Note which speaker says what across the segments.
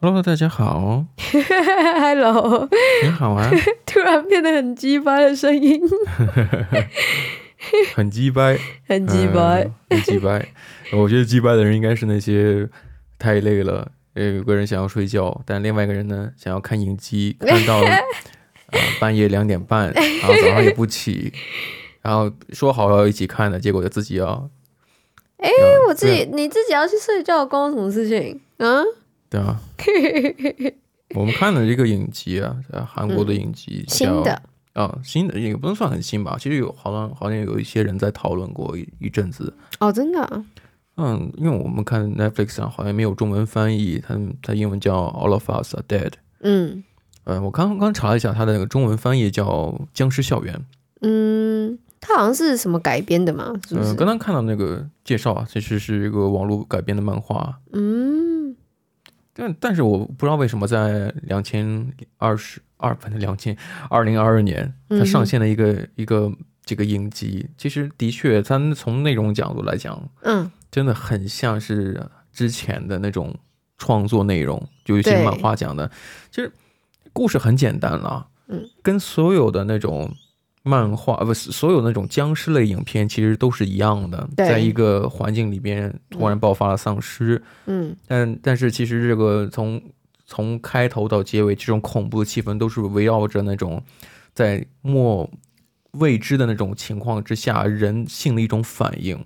Speaker 1: Hello，大家 好，
Speaker 2: Hello，
Speaker 1: 你好啊，
Speaker 2: 突然变得很鸡巴的声音，
Speaker 1: 很鸡掰，
Speaker 2: 很鸡巴。欸
Speaker 1: 嗯很鸡掰。呃我觉得鸡掰的人应该是那些太累了，呃，有个人想要睡觉，但另外一个人呢想要看影集，看 到啊、半夜两点半，然后早上也不 起，然后说好要一起看的，结果就自己要。
Speaker 2: 哎
Speaker 1: 要
Speaker 2: 我自己你自己要去睡觉，关我什么事情？嗯，
Speaker 1: 对 啊，我们看的这个影集啊，呃韩国的影集、
Speaker 2: 新
Speaker 1: 叫
Speaker 2: 的
Speaker 1: 啊，新的也不能算很新吧，其实有好像好像有一些人在讨论过一一阵子，
Speaker 2: 哦，真的啊
Speaker 1: 嗯，因为我们看 Netflix 上好像没有中文翻译，它它英文叫 All of Us Are Dead。
Speaker 2: 嗯
Speaker 1: 呃，我刚刚查了一下，它的那个中文翻译叫《僵尸校园》。
Speaker 2: 嗯，它好像是什么改编的嘛？是不
Speaker 1: 嗯、
Speaker 2: 是？
Speaker 1: 刚刚看到那个介绍啊，其实是一个网络改编的漫画，
Speaker 2: 嗯，
Speaker 1: 但但是我不知道为什么在两千二十二，反正两千二零二二年，它上线了一个、一个这个影集。其实的确，咱从内容角度来讲，
Speaker 2: 嗯，
Speaker 1: 真的很像是呃之前的那种创作内容，就一些
Speaker 2: 对
Speaker 1: 漫画讲的。其实故事很简单了，
Speaker 2: 嗯，
Speaker 1: 跟所有的那种漫画呃不是所有那种僵尸类影片其实都是一样的，
Speaker 2: 对
Speaker 1: 在一个环境里边突然爆发了丧尸，
Speaker 2: 嗯，
Speaker 1: 但但是其实这个从从开头到结尾，这种恐怖的气氛都是围绕着那种在莫未知的那种情况之下人性的一种反应。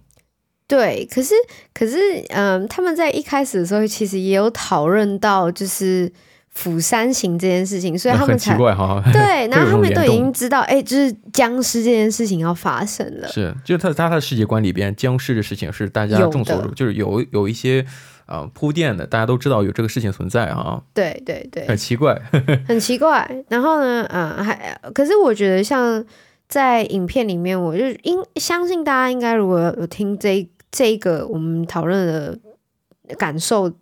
Speaker 2: 对。可是可是，嗯，他们在一开始的时候其实也有讨论到就是釜山行这件事情，所以他
Speaker 1: 很
Speaker 2: 们
Speaker 1: 奇
Speaker 2: 才。
Speaker 1: 怪哈，
Speaker 2: 对，然后他们都已
Speaker 1: 联
Speaker 2: 经
Speaker 1: 动
Speaker 2: 知道，哎、就是僵尸这件事情要发生了。
Speaker 1: 是，就是他在他的世界观里边，僵尸的事情是大家
Speaker 2: 有
Speaker 1: 众所
Speaker 2: 的
Speaker 1: 周，就是有有一些呃铺垫的，大家都知道有这个事情存在啊，
Speaker 2: 对对对，
Speaker 1: 很奇怪。
Speaker 2: 很奇怪。然后呢，嗯，还可是我觉得像在影片里面，我就应相信大家应该如果有听这一这一个我们讨论的感受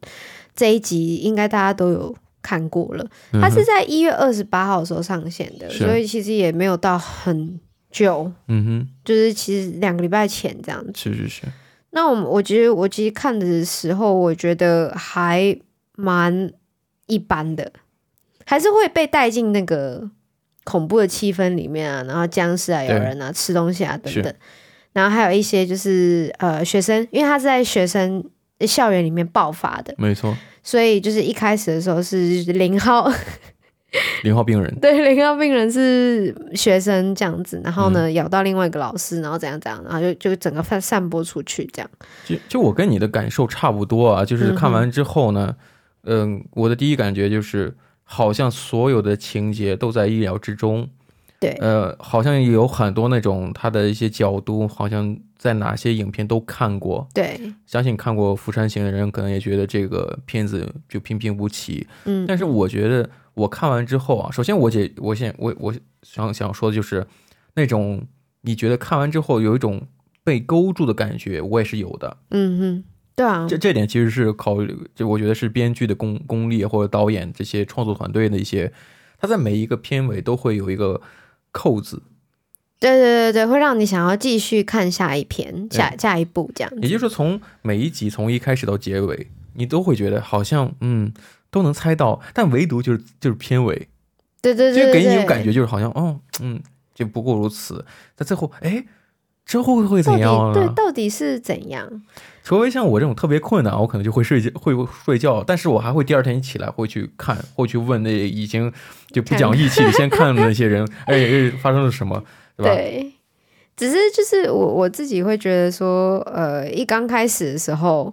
Speaker 2: 这一集，应该大家都有。看过了，它是在一月二十八号的时候上线的，
Speaker 1: 嗯是
Speaker 2: 所以其实也没有到很久，
Speaker 1: 嗯哼，
Speaker 2: 就是其实两个礼拜前这样子。
Speaker 1: 是是是，
Speaker 2: 那我们我其实我其实看的时候，我觉得还蛮一般的，还是会被带进那个恐怖的气氛里面啊，然后僵尸啊、
Speaker 1: 对
Speaker 2: 有人啊、吃东西啊等等
Speaker 1: 是，
Speaker 2: 然后还有一些就是呃学生，因为他是在学生校园里面爆发的，
Speaker 1: 没错，
Speaker 2: 所以就是一开始的时候是零号，
Speaker 1: 零号病人，
Speaker 2: 对，零号病人是学生这样子，然后
Speaker 1: 嗯
Speaker 2: 呢、咬到另外一个老师，然后怎样怎样，然后就就整个散散播出去这样，
Speaker 1: 就就我跟你的感受差不多啊，
Speaker 2: 嗯
Speaker 1: 就是看完之后呢，嗯、我的第一感觉就是，好像所有的情节都在意料之中。
Speaker 2: 对
Speaker 1: 呃，好像有很多那种他的一些角度，好像在哪些影片都看过，
Speaker 2: 对，
Speaker 1: 相信看过《釜山行》的人可能也觉得这个片子就平平无奇，
Speaker 2: 嗯
Speaker 1: 但是我觉得我看完之后啊，首先我姐，我现我我想想说的就是那种你觉得看完之后有一种被勾住的感觉，我也是有的。
Speaker 2: 嗯哼，对啊，
Speaker 1: 这这点其实是考虑，就我觉得是编剧的功功力或者导演这些创作团队的一些，他在每一个片尾都会有一个扣子，
Speaker 2: 对对对对，会让你想要继续看下一篇、
Speaker 1: 对
Speaker 2: 下下一部这样
Speaker 1: 嗯也就是说从每一集从一开始到结尾，你都会觉得好像嗯都能猜到，但唯独就是就是片尾，
Speaker 2: 对对对
Speaker 1: 就
Speaker 2: 对，
Speaker 1: 给你一
Speaker 2: 对
Speaker 1: 种感，觉，就是好像，哦，嗯，就不过如此。但最后，哎，之后会
Speaker 2: 到
Speaker 1: 怎样啊
Speaker 2: 底对
Speaker 1: 呢？
Speaker 2: 到底是怎样？
Speaker 1: 除非像我这种特别困难，我可能就会睡觉，会睡觉。但是我还会第二天起来会去看，会去问那已经就不讲义气的，先看的那些人，哎，哎发生了什么，对吧？
Speaker 2: 对，只是就是我我自己会觉得说，呃，一刚开始的时候，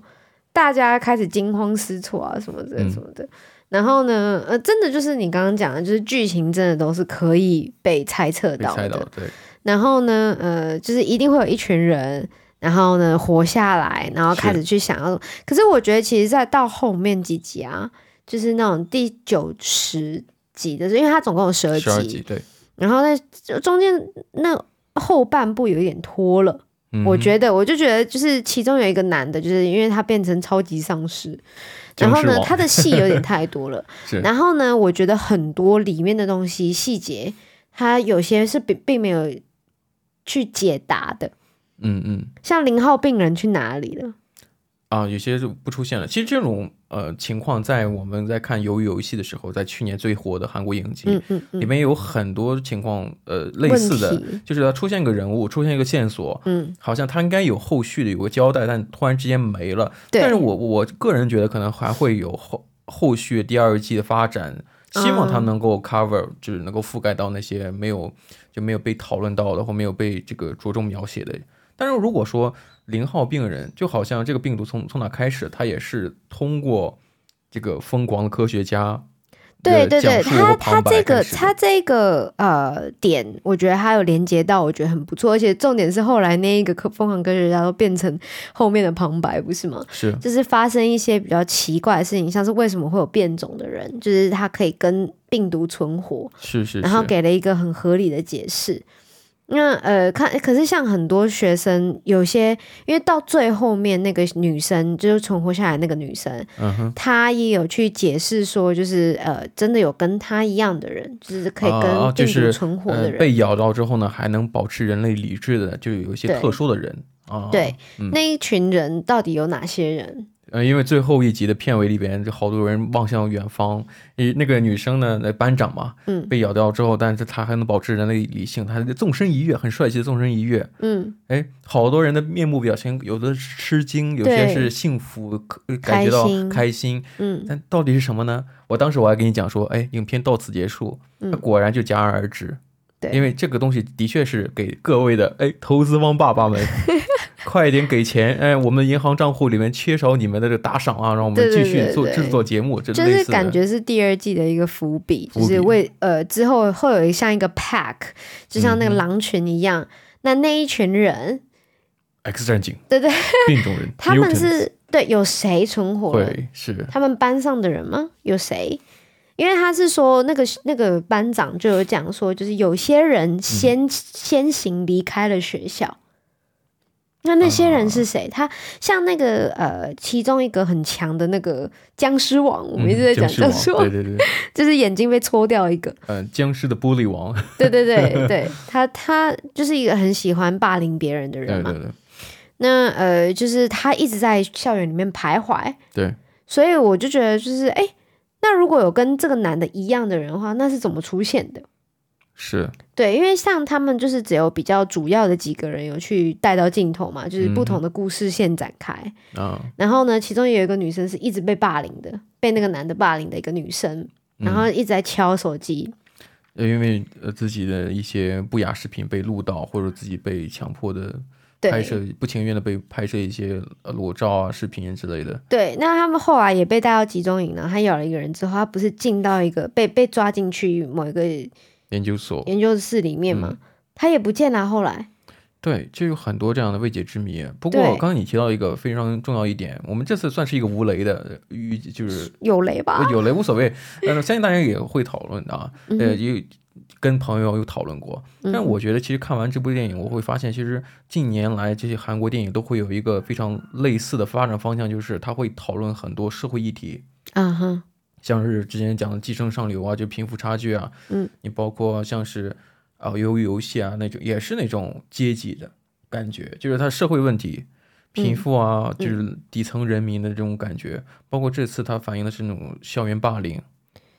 Speaker 2: 大家开始惊慌失措啊，什么的
Speaker 1: 嗯
Speaker 2: 什么的。然后呢，呃，真的就是你刚刚讲的，就是剧情真的都是可以被猜测
Speaker 1: 被
Speaker 2: 到
Speaker 1: 猜
Speaker 2: 的。
Speaker 1: 到了，对，
Speaker 2: 然后呢，呃，就是一定会有一群人，然后呢活下来，然后开始去想要。可是我觉得，其实，在到后面几集啊，就是那种第九十集的时候，因为它总共有十二
Speaker 1: 十二集，对，
Speaker 2: 然后在就中间那后半部有一点拖了。
Speaker 1: 嗯
Speaker 2: 我
Speaker 1: 哼
Speaker 2: 觉得，我就觉得，就是其中有一个男的，就是因为他变成超级丧尸，然
Speaker 1: 僵
Speaker 2: 后
Speaker 1: 尸
Speaker 2: 呢，
Speaker 1: 王
Speaker 2: 他的戏有点太多了
Speaker 1: 是。
Speaker 2: 然后呢，我觉得很多里面的东西细节，他有些是并并没有去解答的，
Speaker 1: 嗯嗯
Speaker 2: 像零号病人去哪里了？
Speaker 1: 啊，有些就不出现了。其实这种呃情况在我们在看《鱿鱼游戏》的时候，在去年最火的韩国影集、
Speaker 2: 嗯嗯嗯，
Speaker 1: 里面有很多情况，呃，类
Speaker 2: 问
Speaker 1: 似的，
Speaker 2: 题，
Speaker 1: 就是它出现一个人物，出现一个线索，
Speaker 2: 嗯，
Speaker 1: 好像它应该有后续的有个交代，但突然之间没了。
Speaker 2: 对，
Speaker 1: 但是我我个人觉得可能还会有后后续第二季的发展，希望它
Speaker 2: 嗯
Speaker 1: 能够 cover，、就是能够覆盖到那些没有就没有被讨论到的或没有被这个着重描写的。但是如果说零号病人，就好像这个病毒从从哪开始，它也是通过这个疯狂的科学家
Speaker 2: 对
Speaker 1: 的
Speaker 2: 对
Speaker 1: 讲
Speaker 2: 对，
Speaker 1: 述和
Speaker 2: 他
Speaker 1: 旁
Speaker 2: 他
Speaker 1: 白开
Speaker 2: 这个
Speaker 1: 始的
Speaker 2: 他这个呃点，我觉得他有连接到，我觉得很不错。而且重点是后来那一个科疯狂科学家都变成后面的旁白，不是吗？
Speaker 1: 是
Speaker 2: 就是发生一些比较奇怪的事情，像是为什么会有变种的人，就是他可以跟病毒存活，
Speaker 1: 是是，
Speaker 2: 然后
Speaker 1: 是
Speaker 2: 给了一个很合理的解释。那呃，看，可是像很多学生，有些因为到最后面那个女生，就是存活下来那个女生，
Speaker 1: 嗯哼。
Speaker 2: 她也有去解释说，就是呃，真的有跟她一样的人，就是可以
Speaker 1: 啊啊
Speaker 2: 跟
Speaker 1: 就
Speaker 2: 病
Speaker 1: 是
Speaker 2: 毒存活
Speaker 1: 呃
Speaker 2: 的，人。
Speaker 1: 被咬到之后呢，还能保持人类理智的，就有一些
Speaker 2: 对
Speaker 1: 特殊的人啊。
Speaker 2: 对，
Speaker 1: 嗯
Speaker 2: 那一群人到底有哪些人？
Speaker 1: 呃，因为最后一集的片尾里边，就好多人望向远方。诶，那个女生呢，那班长嘛，
Speaker 2: 嗯
Speaker 1: 被咬掉之后，但是她还能保持人类理性，她纵身一跃，很帅气的纵身一跃。
Speaker 2: 嗯，
Speaker 1: 哎，好多人的面部表情，有的是吃惊，有些
Speaker 2: 对
Speaker 1: 是幸福，可呃感觉到
Speaker 2: 开心
Speaker 1: 开心。
Speaker 2: 嗯，
Speaker 1: 但到底是什么呢？我当时我还跟你讲说，哎，影片到此结束，
Speaker 2: 嗯
Speaker 1: 它果然就戛然而止。
Speaker 2: 对
Speaker 1: 因为这个东西的确是给各位的哎投资方爸爸 们，快一点给钱！哎，我们的银行账户里面缺少你们的这个打赏啊，让我们
Speaker 2: 对
Speaker 1: 继
Speaker 2: 对
Speaker 1: 续
Speaker 2: 对
Speaker 1: 做
Speaker 2: 对
Speaker 1: 制作节目，这
Speaker 2: 就
Speaker 1: 类
Speaker 2: 是
Speaker 1: 似的
Speaker 2: 感觉是第二季的一个伏笔，
Speaker 1: 伏
Speaker 2: 就
Speaker 1: 笔
Speaker 2: 是为呃之后会有一像一个 pack，就像那个
Speaker 1: 嗯哼
Speaker 2: 狼群一样。那那一群人，
Speaker 1: X 战警
Speaker 2: 对对，
Speaker 1: 病种人，
Speaker 2: 他们
Speaker 1: mutant
Speaker 2: 是对有谁存活了？
Speaker 1: 会是
Speaker 2: 他们班上的人吗？有谁？因为他是说那个那个班长就有讲说，就是有些人先、
Speaker 1: 嗯
Speaker 2: 先行离开了学校。那那些人是
Speaker 1: 啊
Speaker 2: 谁？他像那个呃，其中一个很强的那个僵尸王，我们一直在
Speaker 1: 嗯
Speaker 2: 讲僵
Speaker 1: 僵尸
Speaker 2: 尸
Speaker 1: 王，
Speaker 2: 王，
Speaker 1: 对对对，
Speaker 2: 就是眼睛被戳掉一个。
Speaker 1: 呃，僵尸的玻璃 王，
Speaker 2: 对 对对对，他他就是一个很喜欢霸凌别人的
Speaker 1: 对
Speaker 2: 人嘛。
Speaker 1: 对对
Speaker 2: 那呃，就是他一直在校园里面徘徊，
Speaker 1: 对，
Speaker 2: 所以我就觉得就是哎、诶那如果有跟这个男的一样的人的话，那是怎么出现的？
Speaker 1: 是
Speaker 2: 对，因为像他们就是只有比较主要的几个人有去带到镜头嘛，就是
Speaker 1: 嗯
Speaker 2: 不同的故事线展开。
Speaker 1: 啊，
Speaker 2: 然后呢，其中也有一个女生是一直被霸凌的，被那个男的霸凌的一个女生，
Speaker 1: 嗯
Speaker 2: 然后一直在敲手机。
Speaker 1: 呃因为呃自己的一些不雅视频被录到，或者自己被强迫的
Speaker 2: 对，
Speaker 1: 拍摄不情愿的被拍摄一些呃裸照啊、视频之类的。
Speaker 2: 对，那他们后来也被带到集中营了。他咬了一个人之后，他不是进到一个被被抓进去某一个
Speaker 1: 研究所
Speaker 2: 研究室里面
Speaker 1: 嗯
Speaker 2: 吗？他也不见了。后来，
Speaker 1: 对，就有很多这样的未解之谜。不过
Speaker 2: 对
Speaker 1: 刚刚你提到一个非常重要一点，我们这次算是一个无雷的预，就是
Speaker 2: 有雷吧？
Speaker 1: 有雷无所谓，但是相信大家也会讨论的啊。
Speaker 2: 啊嗯
Speaker 1: 呃，也有跟朋友有讨论过。但是
Speaker 2: 嗯
Speaker 1: 我觉得，其实看完这部电影，我会发现，其实近年来这些韩国电影都会有一个非常类似的发展方向，就是它会讨论很多社会议题。
Speaker 2: 啊哈，
Speaker 1: 像是之前讲的寄生上流啊，就贫富差距啊，
Speaker 2: 嗯，
Speaker 1: 你包括像是啊鱿鱼游戏啊那种，也是那种阶级的感觉，就是它社会问题，
Speaker 2: 嗯
Speaker 1: 贫富啊，就是底层人民的这种感觉，包括这次它反映的是那种校园霸凌、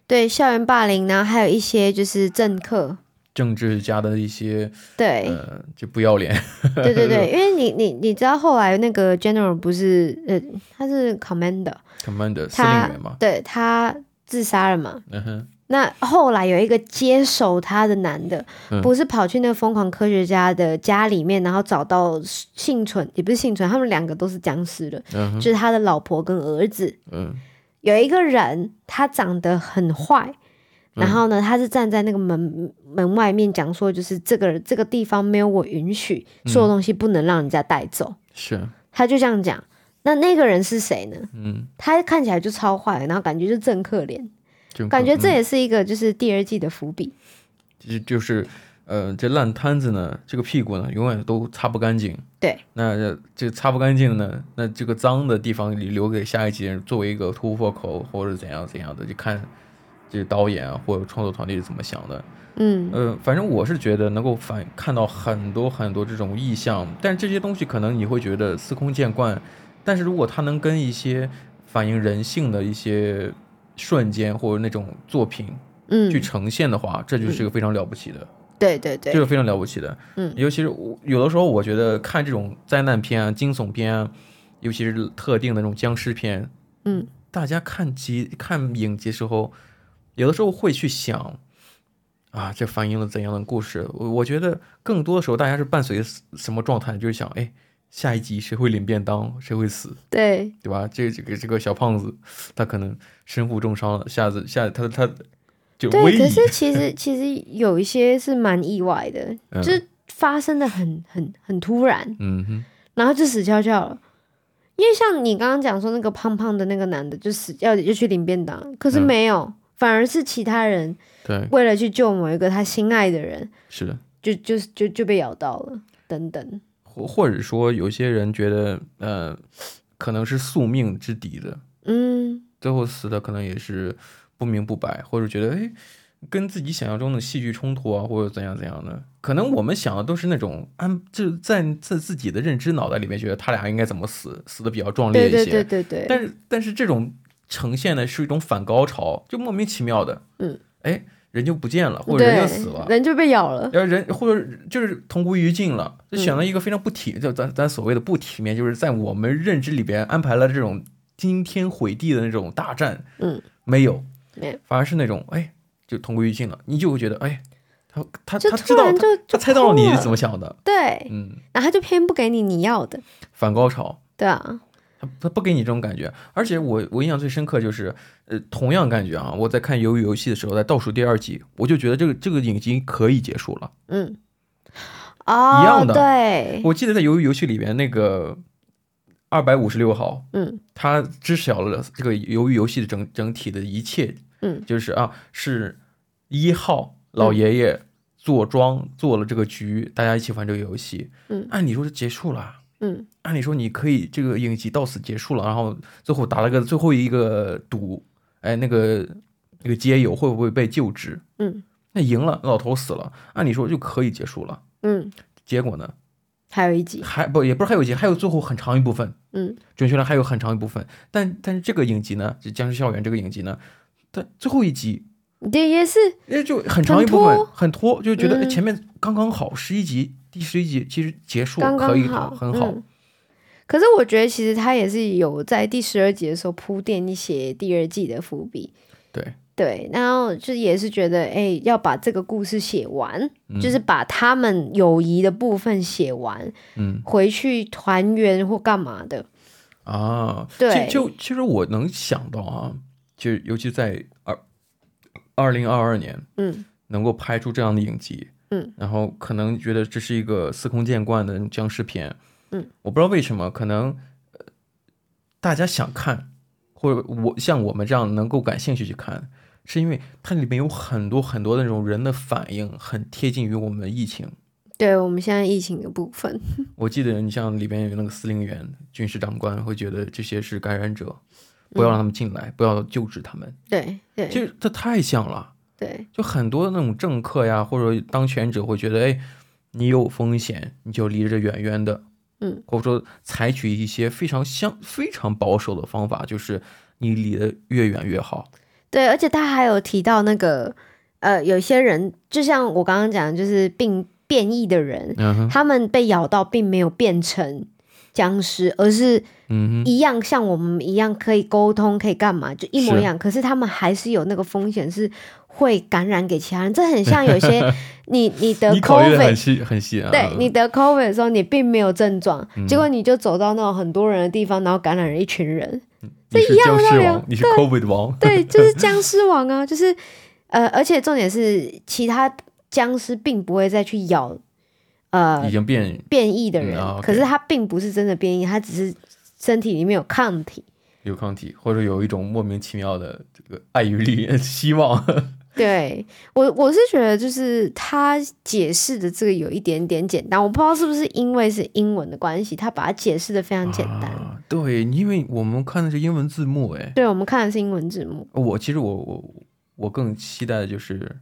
Speaker 2: 对，校园霸凌，然后还有一些就是政客，
Speaker 1: 政治家的一些
Speaker 2: 对、
Speaker 1: 呃，就不要脸，
Speaker 2: 对对对，因为你你你知道后来那个 general 不是呃他是 commander，
Speaker 1: commander 司
Speaker 2: 他
Speaker 1: 令员嘛，
Speaker 2: 对他自杀了嘛，
Speaker 1: 嗯哼，
Speaker 2: 那后来有一个接手他的男的，
Speaker 1: 嗯
Speaker 2: 不是跑去那个疯狂科学家的家里面，然后找到幸存，也不是幸存，他们两个都是僵尸了，
Speaker 1: 嗯
Speaker 2: 就
Speaker 1: 哼，
Speaker 2: 是他的老婆跟儿子。
Speaker 1: 嗯，
Speaker 2: 有一个人，他长得很坏，
Speaker 1: 嗯
Speaker 2: 然后呢，他是站在那个门门外面讲说，就是这个这个地方没有我允许，
Speaker 1: 嗯
Speaker 2: 所有东西不能让人家带走，
Speaker 1: 是，
Speaker 2: 他就这样讲。那那个人是谁呢？
Speaker 1: 嗯，
Speaker 2: 他看起来就超坏，然后感觉就正可怜，
Speaker 1: 这种
Speaker 2: 感觉
Speaker 1: 嗯
Speaker 2: 这也是一个就是第二季的伏笔。
Speaker 1: 就就是，呃，这烂摊子呢，这个屁股呢，永远都擦不干净。
Speaker 2: 对，
Speaker 1: 那这这擦不干净呢，那这个脏的地方留给下一集人作为一个突破口，或者怎样怎样的，就看这个导演啊或者创作团队是怎么想的。
Speaker 2: 嗯，
Speaker 1: 呃，反正我是觉得能够反看到很多很多这种意象，但这些东西可能你会觉得司空见惯，但是如果它能跟一些反映人性的一些瞬间或者那种作品
Speaker 2: 嗯，
Speaker 1: 去呈现的话，这就是一个非常了不起的，
Speaker 2: 对对
Speaker 1: 这
Speaker 2: 对，
Speaker 1: 是非常了不起的。
Speaker 2: 嗯
Speaker 1: 尤其是我有的时候，我觉得看这种灾难片啊、惊悚片啊，尤其是特定的那种僵尸片，
Speaker 2: 嗯，
Speaker 1: 大家看集看影集时候，有的时候会去想，啊，这反映了怎样的故事？我我觉得更多的时候，大家是伴随死什么状态？就是想，哎，下一集谁会领便当，谁会死，
Speaker 2: 对
Speaker 1: 对吧？这这个这个小胖子，他可能身负重伤了，下次下他他就危
Speaker 2: 对，可
Speaker 1: 矣，
Speaker 2: 是其实其实有一些是蛮意外的，
Speaker 1: 嗯
Speaker 2: 就是发生的很很很突然，
Speaker 1: 嗯哼，
Speaker 2: 然后就死翘翘了。因为像你刚刚讲说那个胖胖的那个男的，就死要就去领便当，可是
Speaker 1: 嗯
Speaker 2: 没有，反而是其他人
Speaker 1: 对，
Speaker 2: 为了去救某一个他心爱的人，
Speaker 1: 是的。
Speaker 2: 就就就就被咬到了，等等。
Speaker 1: 或或者说有些人觉得，呃，可能是宿命之敌的，
Speaker 2: 嗯，
Speaker 1: 最后死的可能也是不明不白，或者觉得哎，跟自己想象中的戏剧冲突啊，或者怎样怎样的。可能我们想的都是那种安，就在在自己的认知脑袋里面觉得他俩应该怎么死，死的比较壮烈
Speaker 2: 对
Speaker 1: 一些。
Speaker 2: 对对对对，
Speaker 1: 但是但是这种呈现的是一种反高潮，就莫名其妙的，
Speaker 2: 嗯，
Speaker 1: 哎，人就不见了，或者
Speaker 2: 对，
Speaker 1: 人就死了。
Speaker 2: 人就被咬 了。
Speaker 1: 要人或者就是同归于尽了，就
Speaker 2: 嗯
Speaker 1: 选了一个非常不体，就咱咱所谓的不体面，就是在我们认知里边安排了这种惊天毁地的那种大战，
Speaker 2: 嗯，
Speaker 1: 没有，
Speaker 2: 没有
Speaker 1: 反而是那种哎，就同归于尽了，你就会觉得哎，他他
Speaker 2: 就
Speaker 1: 他
Speaker 2: 突
Speaker 1: 知道
Speaker 2: 然
Speaker 1: 他
Speaker 2: 就
Speaker 1: 他猜到了你是怎
Speaker 2: 么
Speaker 1: 么想的，
Speaker 2: 对，
Speaker 1: 嗯，
Speaker 2: 然后他就偏不给你你要的，
Speaker 1: 反高潮，
Speaker 2: 对啊，
Speaker 1: 他他不给你这种感觉，而且我我印象最深刻就是，呃，同样感觉啊，我在看《鱿鱼游戏》的时候，在倒数第二集，我就觉得这个这个影集可以结束了。
Speaker 2: 嗯，哦，
Speaker 1: 一样的
Speaker 2: 对，
Speaker 1: 我记得在鱿鱼游戏里边，那个二百五十六号，
Speaker 2: 嗯
Speaker 1: 他知晓了这个鱿鱼游戏的整整体的一切，
Speaker 2: 嗯，
Speaker 1: 就是啊，是一号老爷爷坐庄做了这个局，大家一起玩这个游戏，
Speaker 2: 嗯
Speaker 1: 按理说是结束了。
Speaker 2: 嗯，
Speaker 1: 按理说你可以这个影集到此结束了，然后最后打了个最后一个赌，哎，那个那个街友会不会被救治？
Speaker 2: 嗯，
Speaker 1: 那赢了，老头死了，按理说就可以结束了。
Speaker 2: 嗯，
Speaker 1: 结果呢，
Speaker 2: 还有一集，
Speaker 1: 还不也不是还有一集，还有最后很长一部分，
Speaker 2: 嗯，
Speaker 1: 准确来还有很长一部分。但但是这个影集呢，就《僵尸校园》这个影集呢，它最后一集
Speaker 2: 对，也是，
Speaker 1: 那就很长一部分
Speaker 2: 很拖，
Speaker 1: 很拖，就觉得
Speaker 2: 嗯
Speaker 1: 哎前面刚刚好十一集，第十一集其实结束
Speaker 2: 刚
Speaker 1: 可
Speaker 2: 刚
Speaker 1: 以
Speaker 2: 好，
Speaker 1: 很好，
Speaker 2: 嗯可是我觉得，其实他也是有在第十二集的时候铺垫一些第二季的伏笔。
Speaker 1: 对
Speaker 2: 对，然后就也是觉得，哎、要把这个故事写完，
Speaker 1: 嗯
Speaker 2: 就是把他们友谊的部分写完，
Speaker 1: 嗯
Speaker 2: 回去团圆或干嘛的。
Speaker 1: 啊，
Speaker 2: 对
Speaker 1: 其就其实我能想到啊，就尤其在二二零二二年
Speaker 2: 嗯
Speaker 1: 能够拍出这样的影集，
Speaker 2: 嗯，
Speaker 1: 然后可能觉得这是一个司空见惯的那种僵尸片，
Speaker 2: 嗯，
Speaker 1: 我不知道为什么，可能、呃大家想看，或者我像我们这样能够感兴趣去看，是因为它里面有很多很多的那种人的反应，很贴近于我们的疫情。
Speaker 2: 对，我们现在疫情的部分，
Speaker 1: 我记得你像里边有那个司令员、军事长官会觉得这些是感染者，不要让他们进来，不要救治他们。
Speaker 2: 对
Speaker 1: 其
Speaker 2: 嗯对
Speaker 1: 实这太像了。
Speaker 2: 对，
Speaker 1: 就很多那种政客呀，或者当权者会觉得，哎，你有风险，你就离着远远的，
Speaker 2: 嗯，
Speaker 1: 或者说采取一些非常相非常保守的方法，就是你离得越远越好。
Speaker 2: 对，而且他还有提到那个，呃，有些人就像我刚刚讲的，就是病变异的人，
Speaker 1: 嗯哼，
Speaker 2: 他们被咬到并没有变成僵尸，而是
Speaker 1: 嗯哼，
Speaker 2: 一样像我们一样可以沟通，可以干嘛，就一模
Speaker 1: 是
Speaker 2: 一样。可是他们还是有那个风险，是会感染给其他人。这很像有 些你你得
Speaker 1: 你考虑的很
Speaker 2: COVID，
Speaker 1: 细很细啊。
Speaker 2: 对你得 COVID 的时候，你并没有症状，
Speaker 1: 嗯
Speaker 2: 结果你就走到那种很多人的地方，然后感染了一群人。
Speaker 1: 你是
Speaker 2: 一样
Speaker 1: 僵
Speaker 2: 的道
Speaker 1: 尸
Speaker 2: 理啊
Speaker 1: 王，你是 COVID 王。
Speaker 2: 对，就是僵尸王啊， 就是呃，而且重点是其他僵尸并不会再去咬呃
Speaker 1: 已经变
Speaker 2: 变异的人，
Speaker 1: 嗯啊，OK
Speaker 2: 可是他并不是真的变异，他只是身体里面有抗体。
Speaker 1: 有抗体，或者有一种莫名其妙的这个爱与力 希 望。
Speaker 2: 对我，我是觉得就是他解释的这个有一点点简单，我不知道是不是因为是英文的关系，他把它解释的非常简单。
Speaker 1: 啊对，因为我们看的是英文字幕，哎，
Speaker 2: 对我们看的是英文字幕，
Speaker 1: 我其实我我我更期待的就是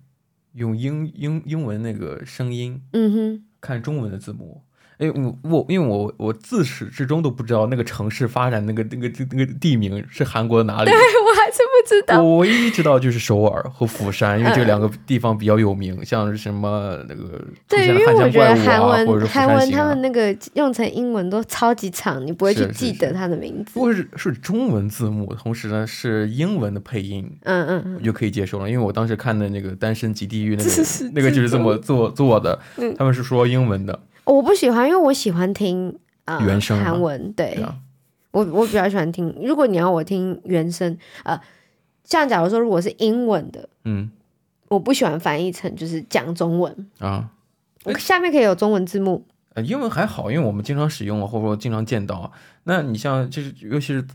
Speaker 1: 用英英英文那个声音
Speaker 2: 嗯哼，
Speaker 1: 看中文的字幕。哎，我我因为我我自始至终都不知道那个城市发展那个那个那个地名是韩国哪里。
Speaker 2: 我还是不知道。
Speaker 1: 我唯一知道就是首尔和釜山，因
Speaker 2: 嗯
Speaker 1: 为这两个地方比较有名，像是什么那个出
Speaker 2: 对，
Speaker 1: 现
Speaker 2: 因为
Speaker 1: 汉
Speaker 2: 我
Speaker 1: 江
Speaker 2: 觉
Speaker 1: 怪
Speaker 2: 得
Speaker 1: 物
Speaker 2: 韩
Speaker 1: 啊，或者
Speaker 2: 文
Speaker 1: 是釜山
Speaker 2: 韩文
Speaker 1: 行
Speaker 2: 他
Speaker 1: 啊
Speaker 2: 们那个用成英文都超级长，你不会去
Speaker 1: 是是
Speaker 2: 记得他的名字
Speaker 1: 如。果是是中文字幕，同时呢是英文的配音，
Speaker 2: 嗯嗯嗯
Speaker 1: 我就可以接受了。因为我当时看的那个《单身即地狱》那
Speaker 2: 是是
Speaker 1: 个那个就是这么做做的
Speaker 2: 嗯，
Speaker 1: 他们是说英文的，
Speaker 2: 哦我不喜欢，因为我喜欢听啊、呃
Speaker 1: 原声吗
Speaker 2: 韩文。对，
Speaker 1: 对啊，
Speaker 2: 我我比较喜欢听。如果你要我听原声，呃，像假如说如果是英文的，
Speaker 1: 嗯
Speaker 2: 我不喜欢翻译成就是讲中文，
Speaker 1: 啊。
Speaker 2: 我下面可以有中文 字幕。
Speaker 1: 呃，英文还好，因为我们经常使用啊，或者说经常见到啊。那你像就是，尤其是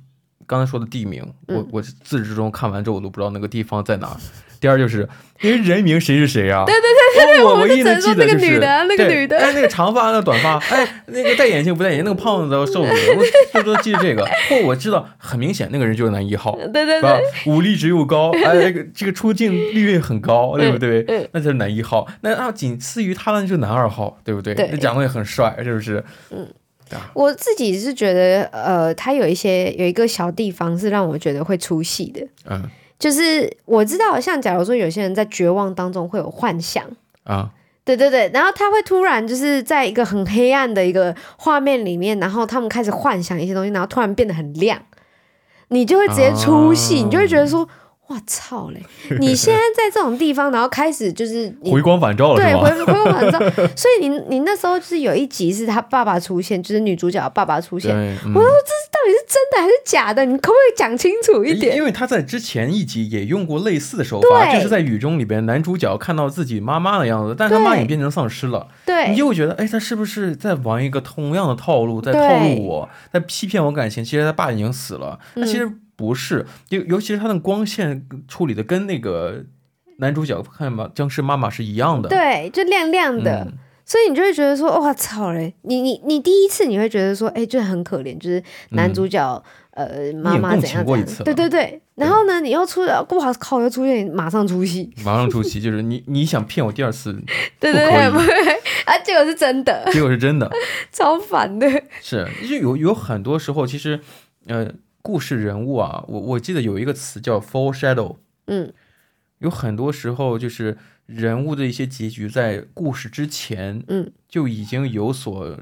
Speaker 1: 刚才说的地名，
Speaker 2: 嗯
Speaker 1: 我我是自始至终看完之后，我都不知道那个地方在哪儿。第二就是因为人名谁是谁啊？对对对对
Speaker 2: 我
Speaker 1: 我
Speaker 2: 们
Speaker 1: 唯
Speaker 2: 就
Speaker 1: 一
Speaker 2: 只
Speaker 1: 能
Speaker 2: 能
Speaker 1: 记
Speaker 2: 说
Speaker 1: 得
Speaker 2: 那
Speaker 1: 就
Speaker 2: 个
Speaker 1: 是
Speaker 2: 女的啊那个
Speaker 1: 对
Speaker 2: 女的
Speaker 1: 哎，那个长发，那个短发，哎，那个戴眼镜不戴眼镜，那个胖子瘦子，我最多记得这个。或我知道很明显，那个人就是男一 号。
Speaker 2: 对对
Speaker 1: 是吧
Speaker 2: 对，？
Speaker 1: 武力值又 高，哎，这个这个出镜率也很高，对不对？
Speaker 2: 嗯
Speaker 1: 那就是男一号，那啊，仅次于他的就是男二号，对不对？
Speaker 2: 对
Speaker 1: 那长得也很帅，是不是？
Speaker 2: 我自己是觉得，呃，它有一些有一个小地方是让我觉得会出戏的，
Speaker 1: 嗯
Speaker 2: 就是我知道，像假如说有些人在绝望当中会有幻想。
Speaker 1: 啊，
Speaker 2: 对对对，然后他会突然就是在一个很黑暗的一个画面里面，然后他们开始幻想一些东西，然后突然变得很亮，你就会直接出戏，
Speaker 1: 啊
Speaker 2: 你就会觉得说，哇操 嘞！你现在在这种地方，然后开始就是你
Speaker 1: 回光返照了
Speaker 2: 对
Speaker 1: 是
Speaker 2: 回
Speaker 1: 吧？
Speaker 2: 回光返照，所以你你那时候就是有一集是他爸爸出现，就是女主角爸爸出现，到
Speaker 1: 对，嗯、
Speaker 2: 底是真的还是假的？你可不可以讲清楚一
Speaker 1: 因
Speaker 2: 点？
Speaker 1: 因为他在之前一集也用过类似的手法，
Speaker 2: 对
Speaker 1: 就是在雨中里边，男主角看到自己妈妈的样子，但是他
Speaker 2: 对
Speaker 1: 妈也变成丧尸了，你
Speaker 2: 对
Speaker 1: 就会觉得，哎，他是不是在玩一个同样的套路，在
Speaker 2: 对
Speaker 1: 套路我，在欺骗我感情？其实他爸已经死了，
Speaker 2: 嗯
Speaker 1: 但其实不是，尤、尤其是他的光线处理的跟那个男主角看嘛僵尸妈妈是一样的，
Speaker 2: 对，就亮亮
Speaker 1: 嗯，
Speaker 2: 的。所以你就会觉得说，哇操嘞！你你你第一次你会觉得说，哎、就很可怜，就是男主角、呃妈
Speaker 1: 嗯
Speaker 2: 妈
Speaker 1: 共
Speaker 2: 怎
Speaker 1: 情
Speaker 2: 样
Speaker 1: 过
Speaker 2: 怎
Speaker 1: 一
Speaker 2: 样
Speaker 1: 次，
Speaker 2: 对
Speaker 1: 了
Speaker 2: 对对。然后呢，你又出来，哇靠，又出现，马上出戏，
Speaker 1: 马上出奇，就是你你想骗我第二次，
Speaker 2: 对
Speaker 1: 不
Speaker 2: 对
Speaker 1: 可
Speaker 2: 对，
Speaker 1: 以
Speaker 2: 不会， 啊，结果是真的，
Speaker 1: 结果是 真的，
Speaker 2: 超烦的。
Speaker 1: 是就有有很多时候，其实呃故事人物啊，我我记得有一个词叫 foreshadow，
Speaker 2: 嗯，
Speaker 1: 有很多时候就是人物的一些结局在故事之前，
Speaker 2: 嗯，
Speaker 1: 就已经有所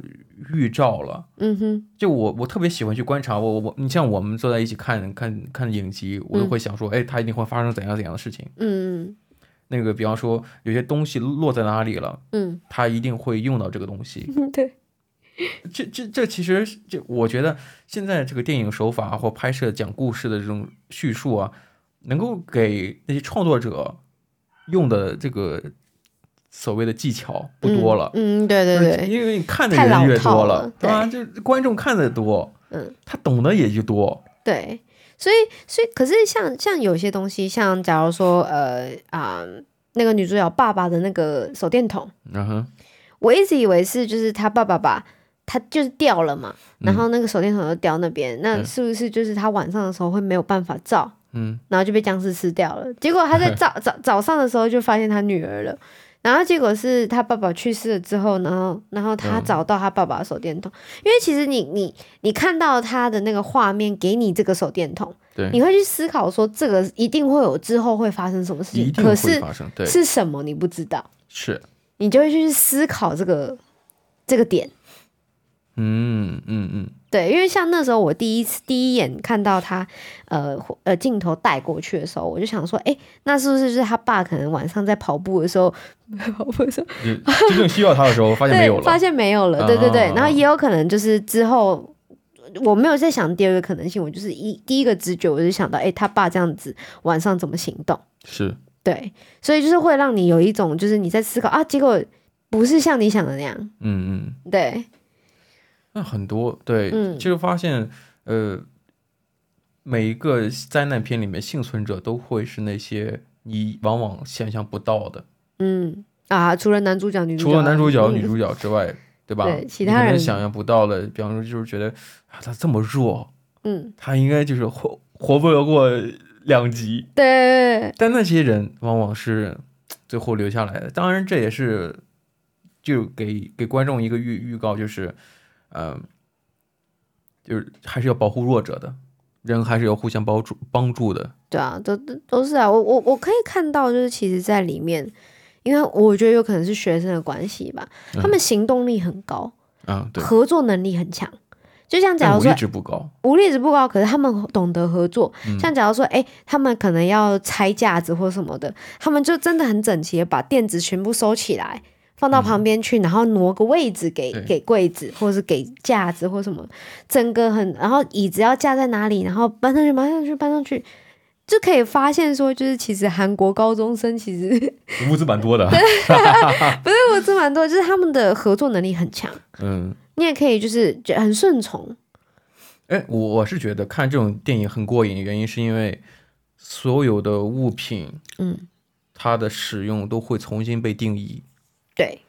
Speaker 1: 预兆了。
Speaker 2: 嗯哼，
Speaker 1: 就我我特别喜欢去观察，我我我，你像我们坐在一起看看看影集，我都
Speaker 2: 嗯
Speaker 1: 会想说，哎，它一定会发生怎样怎样的事情。
Speaker 2: 嗯
Speaker 1: 那个，比方说有些东西落在哪里了，
Speaker 2: 嗯
Speaker 1: 它一定会用到这个东西。
Speaker 2: 嗯，对，
Speaker 1: 这这这其实是这，我觉得现在这个电影手法或拍摄讲故事的这种叙述啊，能够给那些创作者用的这个所谓的技巧不多了。
Speaker 2: 嗯，嗯对对
Speaker 1: 就是
Speaker 2: 对，
Speaker 1: 因为你看的
Speaker 2: 太老
Speaker 1: 人越
Speaker 2: 套
Speaker 1: 多
Speaker 2: 了
Speaker 1: 对吧？就是观众看的多，
Speaker 2: 嗯，
Speaker 1: 他懂得也就多。
Speaker 2: 对，所以所以可是像像有些东西，像假如说呃啊、那个女主角爸爸的那个手电筒。
Speaker 1: 嗯哼，
Speaker 2: 我一直以为是就是他爸爸把他就是掉了嘛，
Speaker 1: 嗯
Speaker 2: 然后那个手电筒就掉那边，那
Speaker 1: 嗯
Speaker 2: 是不是就是他晚上的时候会没有办法照，
Speaker 1: 嗯，
Speaker 2: 然后就被僵尸吃掉了？结果他 在早早早上的时候就发现他女儿了。然后结果是他爸爸去世了之后，然后然后他
Speaker 1: 嗯
Speaker 2: 找到他爸爸的手电筒，因为其实你你你看到他的那个画面，给你这个手电筒，
Speaker 1: 对，
Speaker 2: 你会去思考说这个一定会有之后会发生什么事
Speaker 1: 一
Speaker 2: 情，
Speaker 1: 定
Speaker 2: 可
Speaker 1: 会
Speaker 2: 是
Speaker 1: 发生。对，
Speaker 2: 是什么你不知道。
Speaker 1: 是，
Speaker 2: 你就会去思考这个这个点。
Speaker 1: 嗯嗯嗯，
Speaker 2: 对，因为像那时候我第一次第一眼看到他，呃呃镜头带过去的时候，我就想说，哎，那是不是就是他爸可能晚上在跑步的时候， 跑步的时候，
Speaker 1: 就真正需要他的时候，发现没有
Speaker 2: 对，发
Speaker 1: 了。
Speaker 2: 现没有了，对对对，
Speaker 1: 啊
Speaker 2: 然后也有可能就是之后。我没有在想第二个可能性，我就是一第一个直觉，我就想到，哎、他爸这样子晚上怎么行动？
Speaker 1: 是，
Speaker 2: 对，所以就是会让你有一种，就是你在思考啊，结果不是像你想的那样，
Speaker 1: 嗯嗯。
Speaker 2: 对，
Speaker 1: 那很多对，
Speaker 2: 嗯
Speaker 1: 就是发现，呃，每一个灾难片里面幸存者都会是那些你往往想象不到的，
Speaker 2: 嗯啊，除了男主角、女主角，
Speaker 1: 除了男主角、
Speaker 2: 嗯
Speaker 1: 女主角之外，对吧？
Speaker 2: 对其
Speaker 1: 你
Speaker 2: 他
Speaker 1: 可能
Speaker 2: 人
Speaker 1: 想象不到的，比方说就是觉得啊，他这么弱，
Speaker 2: 嗯，
Speaker 1: 他应该就是活活不过两集，
Speaker 2: 对，
Speaker 1: 但那些人往往是最后留下来的。当然，这也是就给给观众一个预预告，就是，嗯、就是还是要保护弱者的，人还是要互相帮助帮助的。
Speaker 2: 对啊，都都都是啊，我我我可以看到，就是其实，在里面，因为我觉得有可能是学生的关系吧，他们行动力很高，
Speaker 1: 啊，嗯对。
Speaker 2: 合作能力很强。就像假
Speaker 1: 但
Speaker 2: 如
Speaker 1: 我一
Speaker 2: 说
Speaker 1: 直不高，
Speaker 2: 武力值不高，可是他们懂得合作。像假如说，哎、他们可能要拆架子或什么的，他们就真的很整齐，把垫子全部收起来，放到旁边去，然后挪个位置给
Speaker 1: 对
Speaker 2: 给柜子，或是给架子或什么，整个很，然后椅子要架在哪里，然后搬上去，搬上去，搬上去。就可以发现说，就是其实韩国高中生其实
Speaker 1: 物资蛮多的。
Speaker 2: 不是我这蛮多，就是他们的合作能力很强，
Speaker 1: 嗯，
Speaker 2: 你也可以就是就很顺从，
Speaker 1: 哎，我我是觉得看这种电影很过瘾，原因是因为所有的物品，
Speaker 2: 嗯，
Speaker 1: 它的使用都会重新被定义。
Speaker 2: 对，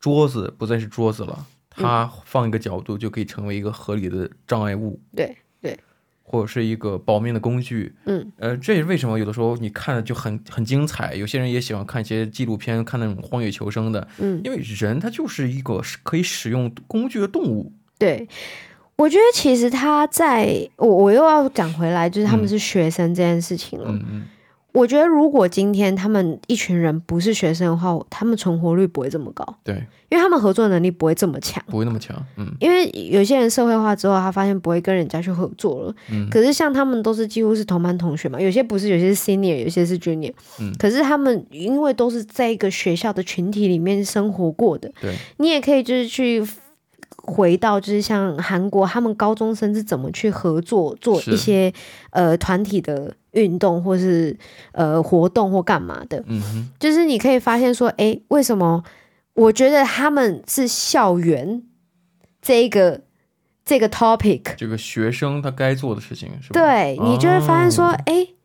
Speaker 1: 桌子不再是桌子了，
Speaker 2: 嗯
Speaker 1: 它放一个角度就可以成为一个合理的障碍物。
Speaker 2: 对对，
Speaker 1: 或者是一个保命的工具。
Speaker 2: 嗯，
Speaker 1: 呃，这也是为什么有的时候你看的就很很精彩，有些人也喜欢看一些纪录片，看那种荒野求生的。
Speaker 2: 嗯，
Speaker 1: 因为人他就是一个是可以使用工具的动物。
Speaker 2: 对，我觉得其实他在我我又要讲回来，就是他们
Speaker 1: 嗯
Speaker 2: 是学生这件事情了。
Speaker 1: 嗯嗯，
Speaker 2: 我觉得如果今天他们一群人不是学生的话，我他们存活率不会这么高，
Speaker 1: 对，
Speaker 2: 因为他们合作能力不会这么强。
Speaker 1: 不会那么强。嗯
Speaker 2: 因为有些人社会化之后，他发现不会跟人家去合作了。
Speaker 1: 嗯
Speaker 2: 可是像他们都是几乎是同班同学嘛，有些不是，有些是 senior，有些是 junior。
Speaker 1: 嗯
Speaker 2: 可是他们因为都是在一个学校的群体里面生活过的，
Speaker 1: 对，
Speaker 2: 你也可以就是去回到就是像韩国他们高中生是怎么去合作做
Speaker 1: 是
Speaker 2: 一些呃团体的运动或是呃活动或干嘛的，
Speaker 1: 嗯哼，
Speaker 2: 就是你可以发现说，诶，为什么？我觉得他们是校园这一个这个 topic，
Speaker 1: 这个学生他该做的事情是吧？
Speaker 2: 对你就会发现说
Speaker 1: 哦，
Speaker 2: 诶，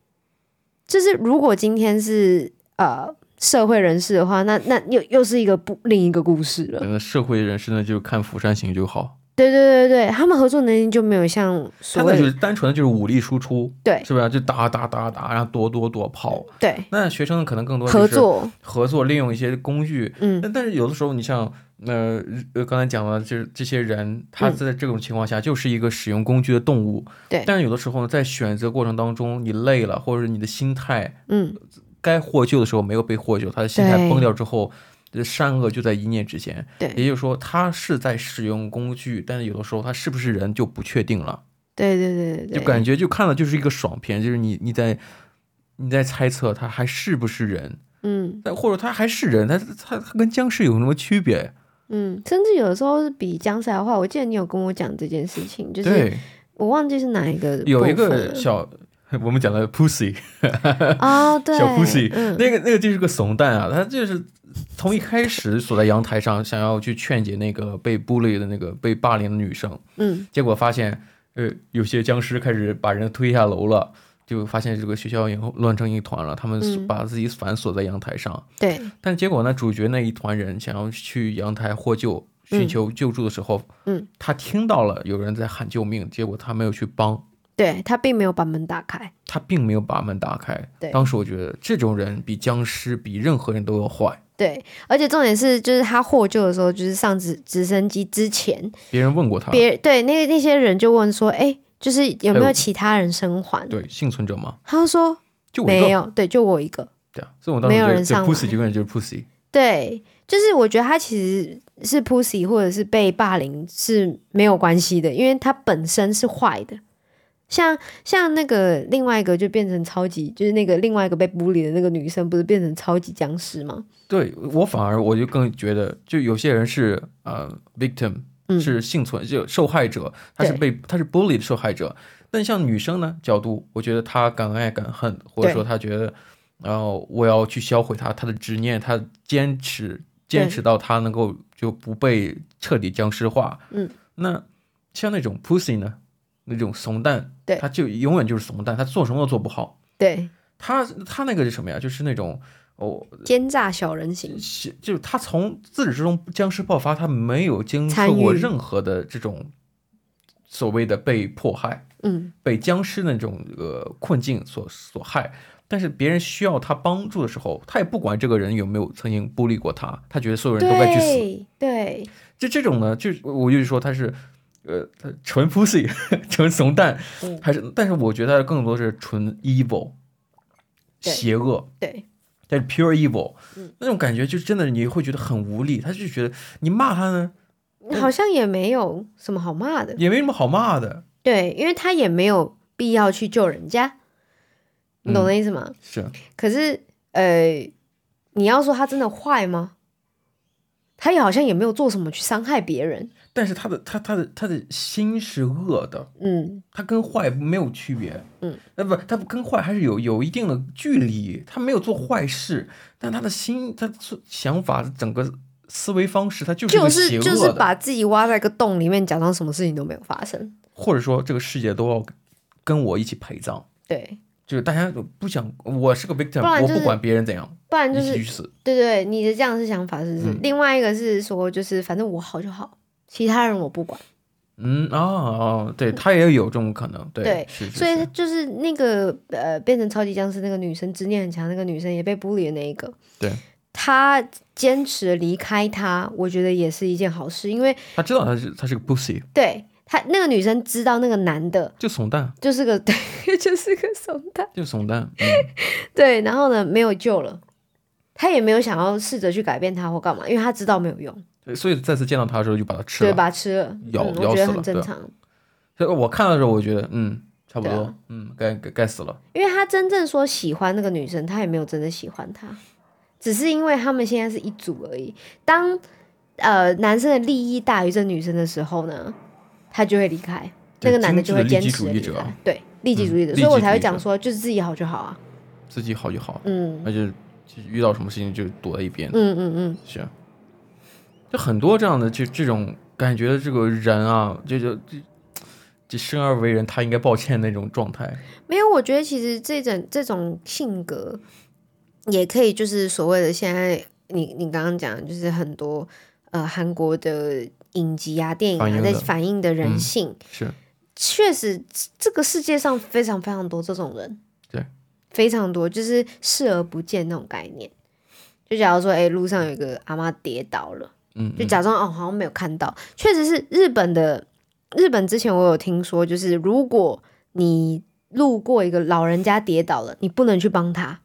Speaker 2: 就是如果今天是呃社会人士的话，那那又又是一个不另一个故事了。
Speaker 1: 呃，社会人士呢就看《釜山行》就好，
Speaker 2: 对对对对，他们合作能力就没有像
Speaker 1: 他
Speaker 2: 所
Speaker 1: 那
Speaker 2: 谓
Speaker 1: 就是单纯的就是武力输出，
Speaker 2: 对
Speaker 1: 是吧？就打打打打，然后躲躲躲跑。
Speaker 2: 对
Speaker 1: 那学生可能更多就是
Speaker 2: 合作，
Speaker 1: 合作，利用一些工具。
Speaker 2: 嗯
Speaker 1: 但但是有的时候，你像呃呃，刚才讲了，就是这些人，他
Speaker 2: 嗯
Speaker 1: 在这种情况下就是一个使用工具的动物。
Speaker 2: 对
Speaker 1: 但是有的时候呢，在选择过程当中，你累了，或者你的心态
Speaker 2: 嗯，
Speaker 1: 该获救的时候没有被获救，他的心态
Speaker 2: 对
Speaker 1: 崩掉之后，这善恶就在一念之间。
Speaker 2: 对
Speaker 1: 也就是说，他是在使用工具，但是有的时候他是不是人就不确定了，
Speaker 2: 对对对对对，
Speaker 1: 就感觉就看了就是一个爽片，就是你你在你在猜测他还是不是人。
Speaker 2: 嗯
Speaker 1: 但或者他还是人，他他他跟僵尸有什么区别？
Speaker 2: 嗯，甚至有的时候是比僵尸还坏。我记得你有跟我讲这件事情，就是
Speaker 1: 对，
Speaker 2: 我忘记是哪一个
Speaker 1: 有一
Speaker 2: 部分
Speaker 1: 个
Speaker 2: 了
Speaker 1: 小，我们讲的 pussy，
Speaker 2: 哦，对，
Speaker 1: 小 pussy，、
Speaker 2: 嗯，
Speaker 1: 那个那个就是个怂蛋啊，他就是从一开始锁在阳台上，想要去劝解那个被 bully 的那个被霸凌的女生，
Speaker 2: 嗯，
Speaker 1: 结果发现呃有些僵尸开始把人推下楼了。就发现这个学校以后乱成一团了，他们
Speaker 2: 嗯
Speaker 1: 把自己反锁在阳台上，
Speaker 2: 对，
Speaker 1: 但结果呢，主角那一团人想要去阳台获救、寻求救助的时候，
Speaker 2: 嗯，
Speaker 1: 他听到了有人在喊救命，结果他没有去帮，
Speaker 2: 对他并没有把门打开，
Speaker 1: 他并没有把门打开。
Speaker 2: 对
Speaker 1: 当时我觉得这种人比僵尸、比任何人都要坏。
Speaker 2: 对，而且重点是，就是他获救的时候，就是上直直升机之前，
Speaker 1: 别人问过他，
Speaker 2: 别对那那些人就问说，哎，就是
Speaker 1: 啊
Speaker 2: 有没
Speaker 1: 还有
Speaker 2: 有其他人生还？
Speaker 1: 对幸存者嘛，
Speaker 2: 他就说
Speaker 1: 就我一个
Speaker 2: 没，有，对，就我一个。
Speaker 1: 对啊，所以我当时觉
Speaker 2: 没有
Speaker 1: 得
Speaker 2: 人
Speaker 1: 这
Speaker 2: 上
Speaker 1: pussy
Speaker 2: 来
Speaker 1: 这个人就是 pussy，
Speaker 2: 对，就是我觉得他其实是 pussy 或者是被霸凌是没有关系的，因为他本身是坏的。像像那个另外一个就变成超级，就是那个另外一个被bully 的那个女生，不是变成超级僵尸吗？
Speaker 1: 对我反而我就更觉得，就有些人是呃 victim，
Speaker 2: 嗯
Speaker 1: 是幸存就受害者，他是被他是 bully 的受害者。但像女生呢角度，我觉得她敢爱敢恨，或者
Speaker 2: 对
Speaker 1: 说她觉得，然、后我要去销毁她她的执念，她坚持坚持到她能够就不被彻底僵尸化。
Speaker 2: 嗯，
Speaker 1: 那像那种 pussy 呢，那种怂蛋，
Speaker 2: 对
Speaker 1: 他就永远就是怂蛋，他做什么都做不好。
Speaker 2: 对，
Speaker 1: 他他那个是什么呀？就是那种哦，
Speaker 2: 奸诈小人型。
Speaker 1: 是就是他从自始至终僵尸爆发，他没有经受
Speaker 2: 参
Speaker 1: 过
Speaker 2: 与
Speaker 1: 任何的这种所谓的被迫害、
Speaker 2: 嗯，
Speaker 1: 被僵尸那种呃困境所所害，但是别人需要他帮助的时候，他也不管这个人有没有曾经孤立过他，他觉得所有人都该去死。
Speaker 2: 对对，
Speaker 1: 就这种呢，就是我就是说他是，呃，他纯 pussy，纯 怂蛋
Speaker 2: 嗯，
Speaker 1: 还是，但是我觉得他更多是纯 evil，
Speaker 2: 对
Speaker 1: 邪恶，
Speaker 2: 对，
Speaker 1: 但是 pure evil，、
Speaker 2: 嗯
Speaker 1: 那种感觉就真的你会觉得很无力，他就觉得你骂他呢
Speaker 2: 好像也没有什么好骂的。
Speaker 1: 也没什么好骂的，
Speaker 2: 对，因为他也没有必要去救人家，你懂
Speaker 1: 嗯
Speaker 2: 那意思吗？
Speaker 1: 是
Speaker 2: 可是呃，你要说他真的坏吗？他也好像也没有做什么去伤害别人。
Speaker 1: 但是他的他他的他的心是恶的，
Speaker 2: 嗯，
Speaker 1: 他跟坏没有区别。
Speaker 2: 嗯，
Speaker 1: 那不，他跟坏还是有有一定的距离，他没有做坏事，但他的心，他的想法，整个思维方式，他就是一
Speaker 2: 就
Speaker 1: 个
Speaker 2: 是
Speaker 1: 邪恶的，
Speaker 2: 就是把自己挖在一个洞里面，假装什么事情都没有发生。
Speaker 1: 或者说这个世界都要跟我一起陪葬，
Speaker 2: 对，
Speaker 1: 就是大家不想我是个 victim，
Speaker 2: 不然就是
Speaker 1: 我不管别人怎样，
Speaker 2: 不然就
Speaker 1: 一
Speaker 2: 是
Speaker 1: 起去死。
Speaker 2: 对对，你的这样是想法是不是？
Speaker 1: 嗯
Speaker 2: 另外一个是说，就是反正我好就好，其他人我不管。
Speaker 1: 嗯啊哦，对他也有这种可能，对，
Speaker 2: 对
Speaker 1: 是是
Speaker 2: 所以
Speaker 1: 是
Speaker 2: 就是那个呃，变成超级僵尸那个女生执念很强，那个女生也被孤立的那一个，
Speaker 1: 对，
Speaker 2: 她坚持离开他，我觉得也是一件好事，因为
Speaker 1: 他知道他是他是个 pussy，
Speaker 2: 对她那个女生知道那个男的
Speaker 1: 就怂蛋，
Speaker 2: 就是个 对，就是个怂蛋，
Speaker 1: 就怂蛋，嗯、
Speaker 2: 对，然后呢没有救了，她也没有想要试着去改变他或干嘛，因为她知道没有用，
Speaker 1: 对所以再次见到他的时候就把他吃
Speaker 2: 对
Speaker 1: 了。
Speaker 2: 吧？吃了，
Speaker 1: 啊咬
Speaker 2: 嗯、
Speaker 1: 咬
Speaker 2: 我
Speaker 1: 死
Speaker 2: 觉得很
Speaker 1: 了
Speaker 2: 正
Speaker 1: 对啊
Speaker 2: 常，
Speaker 1: 所以我看到的时候，我觉得嗯，差不
Speaker 2: 对
Speaker 1: 多，
Speaker 2: 啊
Speaker 1: 嗯，该该该死了。
Speaker 2: 因为他真正说喜欢那个女生，他也没有真的喜欢她，只是因为他们现在是一组而已。当呃男生的利益大于这女生的时候呢，他就会离开，那
Speaker 1: 对
Speaker 2: 个男的就会坚
Speaker 1: 精
Speaker 2: 持
Speaker 1: 致的
Speaker 2: 地
Speaker 1: 利
Speaker 2: 离
Speaker 1: 己主义者啊
Speaker 2: 开。对，利己主义者，
Speaker 1: 嗯
Speaker 2: 所以我才
Speaker 1: 利己主义
Speaker 2: 会
Speaker 1: 者
Speaker 2: 讲说，就是自己好就好啊。
Speaker 1: 自己好就好，
Speaker 2: 嗯
Speaker 1: 那就就遇到什么事情就躲在一边，
Speaker 2: 嗯嗯嗯，
Speaker 1: 是。就很多这样的，就这种感觉，这个人啊，就就就就生而为人，他应该抱歉那种状态。
Speaker 2: 没有，我觉得其实这种这种性格也可以，就是所谓的现在你你刚刚讲的，就是很多呃韩国的影集啊、电影
Speaker 1: 反
Speaker 2: 啊
Speaker 1: 映
Speaker 2: 在
Speaker 1: 的
Speaker 2: 反映的人
Speaker 1: 嗯
Speaker 2: 性。
Speaker 1: 是，
Speaker 2: 确实，这个世界上非常非常多这种人，
Speaker 1: 对，
Speaker 2: 非常多，就是视而不见那种概念。就假如说，哎、路上有一个阿妈跌倒了，
Speaker 1: 嗯，
Speaker 2: 就
Speaker 1: 嗯
Speaker 2: 假装哦，好像没有看到。确实是日本的，日本之前我有听说，就是如果你路过一个老人家跌倒了，你不能去帮他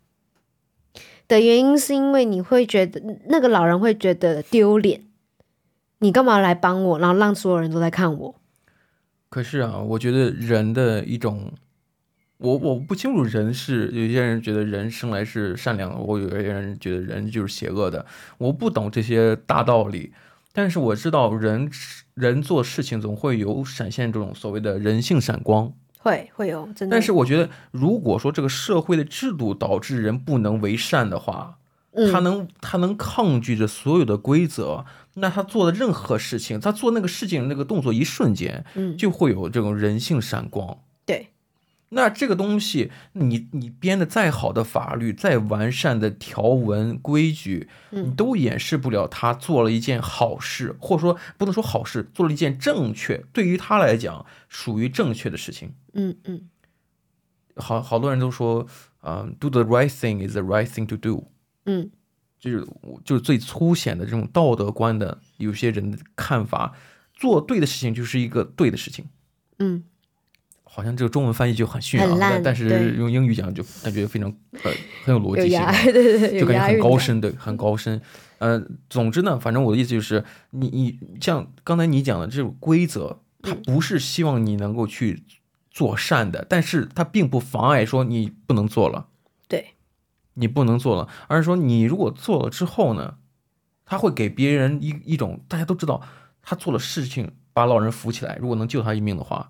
Speaker 2: 的原因，是因为你会觉得那个老人会觉得丢脸，你干嘛来帮我，然后让所有人都在看我？
Speaker 1: 可是啊，我觉得人的一种，我我不清楚人是有些人觉得人生来是善良的，我有些人觉得人就是邪恶的，我不懂这些大道理，但是我知道人人做事情总会有闪现这种所谓的人性闪光。
Speaker 2: 会会有，真的。
Speaker 1: 但是我觉得，如果说这个社会的制度导致人不能为善的话，他
Speaker 2: 嗯，
Speaker 1: 能他能抗拒着所有的规则，那他做的任何事情，他做那个事情那个动作一瞬间，
Speaker 2: 嗯
Speaker 1: 就会有这种人性闪光。
Speaker 2: 对，
Speaker 1: 那这个东西，你你编的再好的法律，再完善的条文规矩，
Speaker 2: 嗯
Speaker 1: 你都掩饰不了他做了一件好事，或者说不能说好事，做了一件正确，对于他来讲属于正确的事情。
Speaker 2: 嗯嗯，
Speaker 1: 好好多人都说，嗯、d o the right thing is the right thing to do，
Speaker 2: 嗯，
Speaker 1: 就是我就是最粗显的这种道德观的有些人的看法，做对的事情就是一个对的事情。
Speaker 2: 嗯，
Speaker 1: 好像这个中文翻译就很逊
Speaker 2: 很
Speaker 1: 啊，
Speaker 2: 烂
Speaker 1: 但但是
Speaker 2: 对
Speaker 1: 用英语讲就感觉非常呃很有逻
Speaker 2: 有
Speaker 1: 辑性
Speaker 2: 押
Speaker 1: 啊，，
Speaker 2: 对对对，
Speaker 1: 就
Speaker 2: 有
Speaker 1: 感觉
Speaker 2: 押韵
Speaker 1: 很
Speaker 2: 的
Speaker 1: 高。深，对，很高深。呃，总之呢，反正我的意思就是，你你像刚才你讲的这种规则，它
Speaker 2: 嗯
Speaker 1: 不是希望你能够去做善的，但是它并不妨碍说你不能做了，
Speaker 2: 对，
Speaker 1: 你不能做了，而是说你如果做了之后呢，它会给别人一一种大家都知道他做了事情，把老人扶起来，如果能救他一命的话，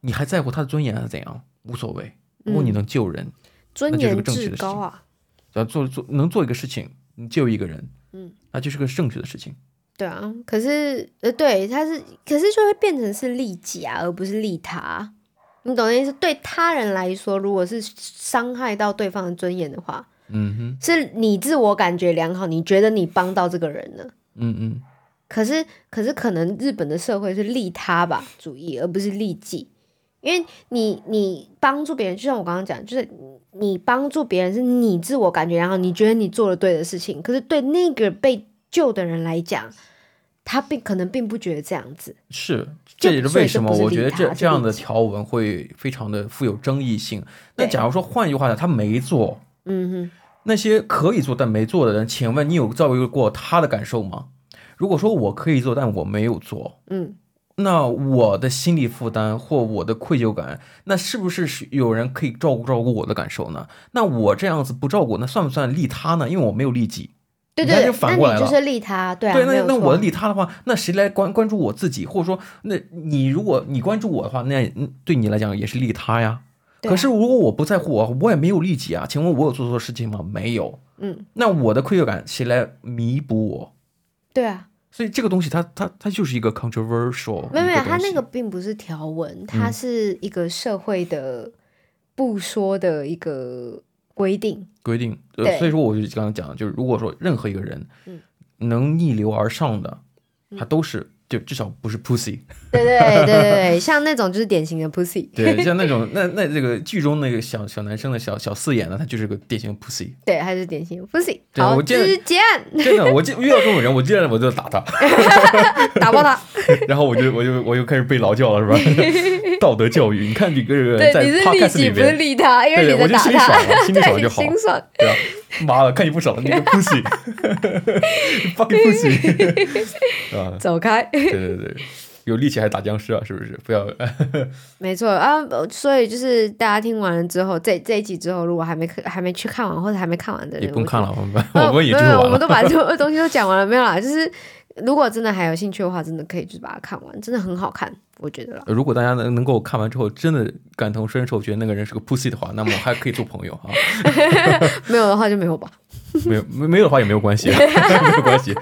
Speaker 1: 你还在乎他的尊严还是怎样？无所谓，如果你
Speaker 2: 嗯
Speaker 1: 能救人，
Speaker 2: 尊
Speaker 1: 那就是
Speaker 2: 严
Speaker 1: 个正确
Speaker 2: 至
Speaker 1: 的事
Speaker 2: 高
Speaker 1: 情
Speaker 2: 啊，
Speaker 1: 只要做做能做一个事情，你救一个人，
Speaker 2: 嗯，
Speaker 1: 那就是个正确的事情。
Speaker 2: 对啊。可是呃，对，他是，可是就会变成是利己啊，而不是利他。啊你懂的意思？对他人来说，如果是伤害到对方的尊严的话，
Speaker 1: 嗯哼，
Speaker 2: 是你自我感觉良好，你觉得你帮到这个人了。
Speaker 1: 嗯嗯，
Speaker 2: 可是，可是可能日本的社会是利 他吧主义，而不是利己，因为你你帮助别人，就像我刚刚讲，就是你你帮助别人是你自我感觉良好，你觉得你做了对的事情，可是对那个被救的人来讲，他并可能并不觉得这样子。
Speaker 1: 是，
Speaker 2: 就
Speaker 1: 这也
Speaker 2: 所
Speaker 1: 是为
Speaker 2: 以这
Speaker 1: 什么
Speaker 2: 不是
Speaker 1: 我
Speaker 2: 利
Speaker 1: 觉得
Speaker 2: 他
Speaker 1: 这
Speaker 2: 这
Speaker 1: 这样
Speaker 2: 个
Speaker 1: 的条文会非常的富有争议性。那
Speaker 2: 对
Speaker 1: 假如说换一句话讲，他没做，
Speaker 2: 嗯
Speaker 1: 那些可以做但没做的人，请问你有照顾过他的感受吗？如果说我可以做，但我没有做
Speaker 2: 哼，，嗯，
Speaker 1: 那我的心理负担或我的愧疚感，那是不是是有人可以照顾照顾我的感受呢？那我这样子不照顾，那算不算利他呢？因为我没有利己。
Speaker 2: 对
Speaker 1: 你看
Speaker 2: 对，
Speaker 1: 就
Speaker 2: 对
Speaker 1: 反
Speaker 2: 那
Speaker 1: 过来
Speaker 2: 你就
Speaker 1: 了
Speaker 2: 是利他，对啊，
Speaker 1: 对，
Speaker 2: 没
Speaker 1: 那
Speaker 2: 有
Speaker 1: 那
Speaker 2: 错
Speaker 1: 我利他的话，那谁来关关注我自己，或者说，那你如果你关注我的话，那嗯对你来讲也是利他呀。
Speaker 2: 对啊
Speaker 1: 可是如果我不在乎我，我也没有利己啊。请问我有做错事情吗？没有。
Speaker 2: 嗯，
Speaker 1: 那我的愧疚感谁来弥补我？
Speaker 2: 对啊，
Speaker 1: 所以这个东西它，它它就是一个 controversial
Speaker 2: 没有没有，
Speaker 1: 一
Speaker 2: 他那个
Speaker 1: 东西嗯
Speaker 2: 并不是条文，它是一个社会的不说的一个规定。
Speaker 1: 规定，呃，
Speaker 2: 对
Speaker 1: 所以说我就刚刚讲的，就是如果说任何一个人
Speaker 2: 嗯
Speaker 1: 能逆流而上的，他都是就至少不是 pussy，
Speaker 2: 对对 对对对，像那种就是典型的 pussy，
Speaker 1: 对，像那 种那那这个剧中那个小小男生的小小四眼呢，他就是个典型的 pussy。
Speaker 2: 对，他是典型的 pussy。
Speaker 1: 对
Speaker 2: 好，
Speaker 1: 我记得
Speaker 2: 这是结案，
Speaker 1: 真的，我见遇到这种人，我见了我就打他，
Speaker 2: 打爆他。
Speaker 1: 然后我就我就我就开始被劳教了，是吧？ 道德教育，你看你个人
Speaker 2: 对，
Speaker 1: 在
Speaker 2: 你是利
Speaker 1: podcast
Speaker 2: 己
Speaker 1: 里
Speaker 2: 不是
Speaker 1: 边，
Speaker 2: 利他，因为
Speaker 1: 对
Speaker 2: 你在
Speaker 1: 我就
Speaker 2: 打
Speaker 1: 心里爽
Speaker 2: 他，
Speaker 1: 了， 心里爽
Speaker 2: 对，
Speaker 1: 就好了
Speaker 2: 心，爽。
Speaker 1: 对吧？妈的，看你不爽了，你个 pussy，fucking pussy，啊，
Speaker 2: 走开。
Speaker 1: 对对对，有力气还打僵尸啊，是不是？不要，
Speaker 2: 没错啊，呃所以就是大家听完了之后，这这一集之后，如果还没看还没去看完或者还没看完的 人，
Speaker 1: 也不用
Speaker 2: 我
Speaker 1: 看
Speaker 2: 觉
Speaker 1: 了， 我们
Speaker 2: 得。哦
Speaker 1: 我们也
Speaker 2: 没
Speaker 1: 就
Speaker 2: 有没有我
Speaker 1: 完
Speaker 2: 们
Speaker 1: 了，
Speaker 2: 都把所有 东西都讲完了，没有啦。就是如果真的还有兴趣的话，真的可以就是把它看完，真的很好看，我觉得啦。
Speaker 1: 如果大家能能够看完之后真的感同身受，觉得那个人是个 pussy 的话，那么还可以做朋友啊。
Speaker 2: 没有的话就没有吧。
Speaker 1: 没有没没有的话也没有关 系，没有关系。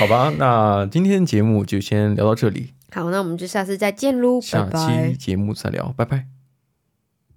Speaker 1: 好吧，那今天节目就先聊到这里，
Speaker 2: 好，那我们就下次再见喽，拜
Speaker 1: 下
Speaker 2: 拜。
Speaker 1: 期节目再聊，拜拜